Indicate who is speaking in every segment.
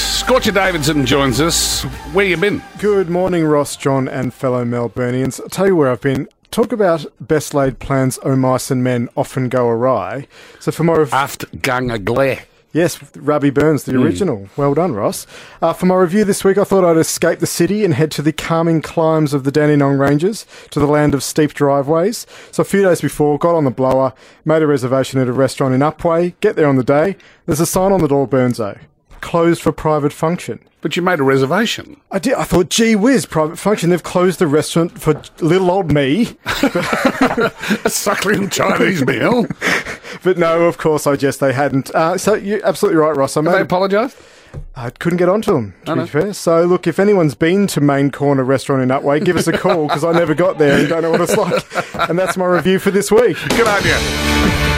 Speaker 1: Scorcher Davidson joins us. Where you been?
Speaker 2: Good morning, Ross, John, and fellow Melburnians. I'll tell you where I've been. Talk about best laid plans, O mice and men often go awry. So, for more of.
Speaker 1: Aft gang a glare.
Speaker 2: Yes, Robbie Burns, the original. Well done, Ross. Uh, for my review this week, I thought I'd escape the city and head to the calming climbs of the Dandenong Ranges, to the land of steep driveways. So a few days before, got on the blower, made a reservation at a restaurant in Upway, get there on the day. There's a sign on the door, Burnso, closed for private function.
Speaker 1: But you made a reservation.
Speaker 2: I did. I thought, gee whiz, private function. They've closed the restaurant for little old me.
Speaker 1: A suckling Chinese meal.
Speaker 2: But no, of course, I guess they hadn't. Uh, so you're absolutely right, Ross. I made
Speaker 1: They
Speaker 2: a
Speaker 1: apologise.
Speaker 2: I couldn't get onto them, to be fair. So, look, if anyone's been to Main Corner Restaurant in Upway, give us a call because I never got there and don't know what it's like. And that's my review for this week.
Speaker 1: Good on you.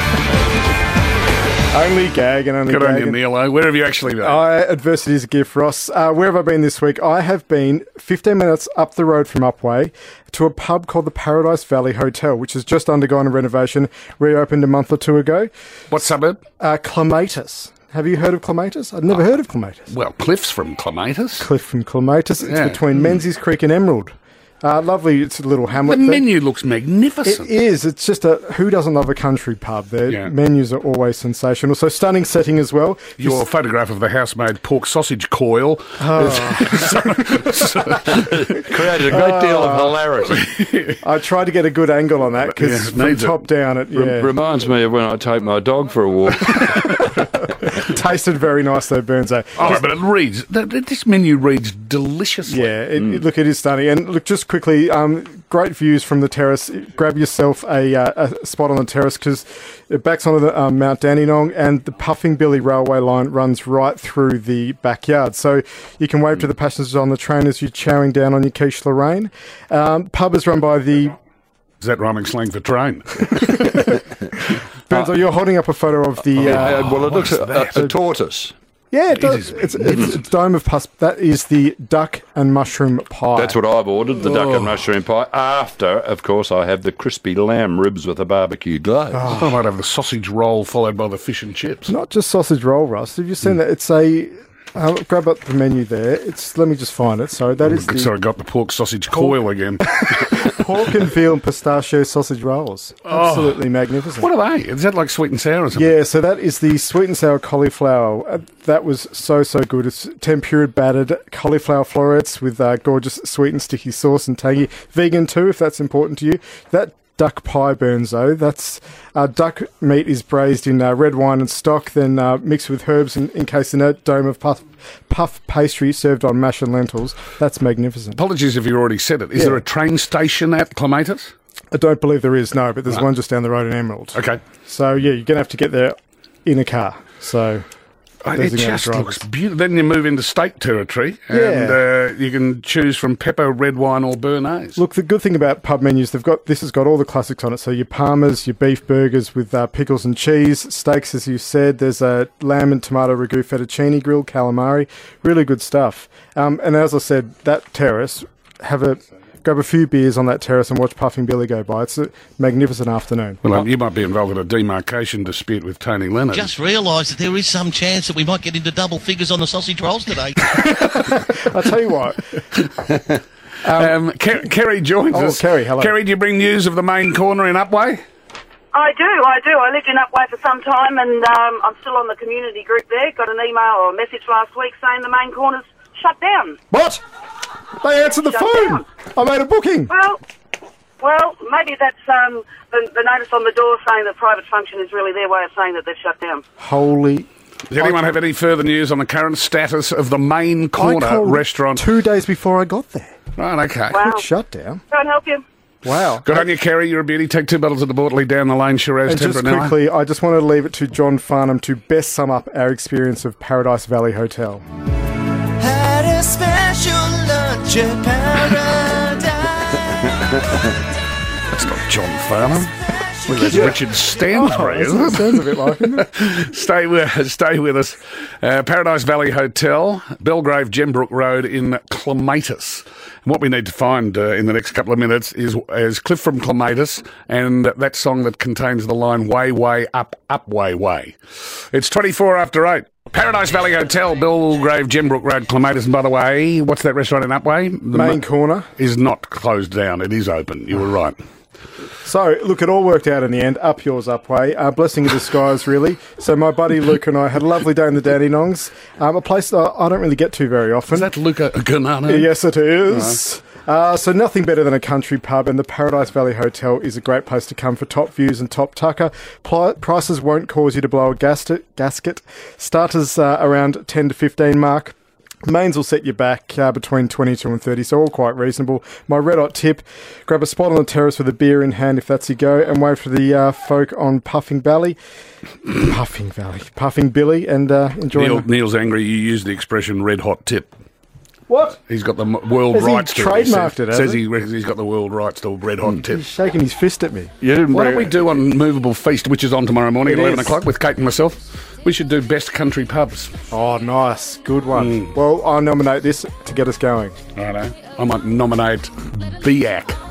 Speaker 2: Only gag and only
Speaker 1: Good
Speaker 2: gag.
Speaker 1: on you,
Speaker 2: and-
Speaker 1: Neil. eh? Where have you actually been?
Speaker 2: I, adversity is a gift, Ross. Uh, where have I been this week? I have been 15 minutes up the road from Upway to a pub called the Paradise Valley Hotel, which has just undergone a renovation, reopened a month or two ago.
Speaker 1: what suburb?
Speaker 2: Uh, Clematis. Have you heard of Clematis? I'd
Speaker 1: Uh,
Speaker 2: never heard of Clematis.
Speaker 1: Well, Cliff's from Clematis.
Speaker 2: cliff from Clematis. It's
Speaker 1: Yeah. Hmm.
Speaker 2: between Menzies Creek and Emerald. Uh, lovely. It's a little
Speaker 1: The
Speaker 2: hamlet. there.
Speaker 1: menu looks magnificent.
Speaker 2: It is. It's just a who doesn't love a country pub? Their
Speaker 1: Yeah.
Speaker 2: menus are always sensational. So stunning setting as well. You
Speaker 1: Your photograph of the house-made pork sausage coil.
Speaker 3: Created a great deal of hilarity.
Speaker 2: I tried to get a good angle on that
Speaker 1: Yeah,
Speaker 2: because
Speaker 1: it
Speaker 2: from
Speaker 1: needs it.
Speaker 2: top down, it yeah,
Speaker 3: Reminds me of when I take my dog for a walk.
Speaker 2: tasted very nice though, Burnsay.
Speaker 1: All right, Oh, but it reads. th- th- This menu reads deliciously.
Speaker 2: Yeah, it, it- look, it is stunning. And look, just quickly, um, great views from the terrace. Grab yourself a, uh, a spot on the terrace because it backs onto the um, Mount Dandenong and the Puffing Billy Railway line runs right through the backyard. So you can wave to the passengers on the train as you're chowing down on your quiche Lorraine. Um, pub is run by the.
Speaker 1: Is that rhyming slang for train?
Speaker 2: Burns, oh, you're holding up a photo of the. Uh,
Speaker 3: Uh, well, it looks a,
Speaker 1: that?
Speaker 3: a, a tortoise.
Speaker 2: yeah, it does.
Speaker 1: is
Speaker 2: It's, it's a dome of pus. That is the duck and mushroom pie.
Speaker 3: That's what I've ordered, the duck and mushroom pie. After, of course, I have the crispy lamb ribs with a barbecue glaze.
Speaker 1: I thought I'd have the sausage roll followed by the fish and chips.
Speaker 2: Not just sausage roll, Russ. Have you seen that? It's a uh, grab up the menu there. It's let me just find it. Sorry, that is
Speaker 1: So
Speaker 2: the
Speaker 1: I got the pork sausage coil again.
Speaker 2: pork and veal and pistachio sausage rolls. Absolutely magnificent.
Speaker 1: what are they? Is that like sweet and sour or something?
Speaker 2: yeah, so that is the sweet and sour cauliflower. Uh, that was so so good. It's tempura battered cauliflower florets with uh, gorgeous sweet and sticky sauce and tangy. Vegan too, if that's important to you. That duck pie burns though. That's uh, duck meat is braised in uh, red wine and stock, then uh, mixed with herbs and encased in a dome of puff puff pastry served on mash and lentils. That's magnificent.
Speaker 1: Apologies if you already said it. Is there a train station at Clematis?
Speaker 2: I don't believe there is no, but there's one just down the road in Emerald.
Speaker 1: Okay.
Speaker 2: So yeah, you're gonna have to get there in a car. So.
Speaker 1: Uh,
Speaker 2: Those
Speaker 1: It
Speaker 2: are the
Speaker 1: just
Speaker 2: only
Speaker 1: looks beautiful. Then you move into state territory and
Speaker 2: Yeah.
Speaker 1: uh, you can choose from pepper, red wine, or Bernays.
Speaker 2: Look, the good thing about pub menus, they've got this has got all the classics on it. So your palmers, your beef burgers with uh, pickles and cheese, steaks, as you said. There's a lamb and tomato ragu fettuccine grill, calamari, really good stuff. Um, and as I said, that terrace, have a grab a few beers on that terrace and watch Puffing Billy go by. It's a magnificent afternoon.
Speaker 1: well, um, you might be involved in a demarcation dispute with Tony Leonard.
Speaker 4: just realised that there is some chance that we might get into double figures on the sausage rolls today.
Speaker 2: I tell you what,
Speaker 1: um, Ke- Kerry joins
Speaker 2: Oh,
Speaker 1: us.
Speaker 2: Kerry, hello.
Speaker 1: Kerry, do you bring news of the main corner in Upway?
Speaker 5: I do, I do. I lived in Upway for some time and um, I'm still on the community group there. Got an email or a message last week saying the main corner's shut down.
Speaker 2: what? They answered the
Speaker 5: Shut
Speaker 2: phone.
Speaker 5: down.
Speaker 2: I made a booking.
Speaker 5: Well, well, maybe that's um, the, the notice on the door saying that private function is really their way of saying that they've shut down.
Speaker 2: Holy.
Speaker 1: Does anyone have any further news on the current status of the main
Speaker 2: I
Speaker 1: corner
Speaker 2: called
Speaker 1: restaurant?
Speaker 2: two days before I got there.
Speaker 1: Right, okay.
Speaker 5: Wow.
Speaker 2: Quick shutdown.
Speaker 5: Can't help you.
Speaker 2: Wow.
Speaker 1: Good on you, Kerry. You're a beauty. Take two bottles of the Bortley down the lane, Shiraz,
Speaker 2: And just
Speaker 1: Tempranillo.
Speaker 2: quickly, I just want to leave it to John Farnham to best sum up our experience of Paradise Valley Hotel.
Speaker 6: Had a special lunch at paradise.
Speaker 1: That's not John Farnham. Well, there's Richard Stansbury,
Speaker 2: That
Speaker 1: isn't it?
Speaker 2: Oh, sounds a bit like it.
Speaker 1: Stay with, stay with us. Uh, Paradise Valley Hotel, Belgrave Gembrook Road in Clematis. And what we need to find uh, in the next couple of minutes is, is Cliff from Clematis and that song that contains the line Way, Way, Up, Up, Way, Way. It's 24 after 8. Paradise Valley Hotel, Belgrave Gembrook Road, Clematis. And by the way, what's that restaurant in Upway? The
Speaker 2: Main
Speaker 1: ma-
Speaker 2: corner.
Speaker 1: is not closed down. It is open. You were right.
Speaker 2: So, look, it all worked out in the end. Up yours, up way. Uh, blessing in disguise, really. So, my buddy Luke and I had a lovely day in the Danny Nongs, um, a place that I don't really get to very often.
Speaker 1: Is that Luca Ganano?
Speaker 2: Yes, it is. Uh, so nothing better than a country pub, and the Paradise Valley Hotel is a great place to come for top views and top tucker. Pli prices won't cause you to blow a gasket. gasket. Starters uh, around ten to fifteen mark. Mains will set you back uh, between 22 and 30, so all quite reasonable. My red hot tip grab a spot on the terrace with a beer in hand if that's your go, and wait for the uh, folk on Puffing Valley. Puffing Valley. Puffing Billy, and uh, enjoy.
Speaker 1: Neil,
Speaker 2: the-
Speaker 1: Neil's angry. You used the expression "red hot tip."
Speaker 2: What?
Speaker 1: He's got the m- world
Speaker 2: Has he
Speaker 1: rights to it.
Speaker 2: trademarked
Speaker 1: says,
Speaker 2: it, has
Speaker 1: says
Speaker 2: he? Hmm.
Speaker 1: he reckons he's got the world rights to red hot tip.
Speaker 2: He's shaking his fist at me.
Speaker 3: You didn't
Speaker 1: Why don't
Speaker 3: bring
Speaker 1: we do on Movable Feast, which is on tomorrow morning
Speaker 2: It
Speaker 1: at eleven
Speaker 2: is.
Speaker 1: o'clock with Kate and myself? We should do best country pubs.
Speaker 2: Oh, nice. Good one. Well, I nominate this to get us going.
Speaker 1: Righto. I might nominate BAC.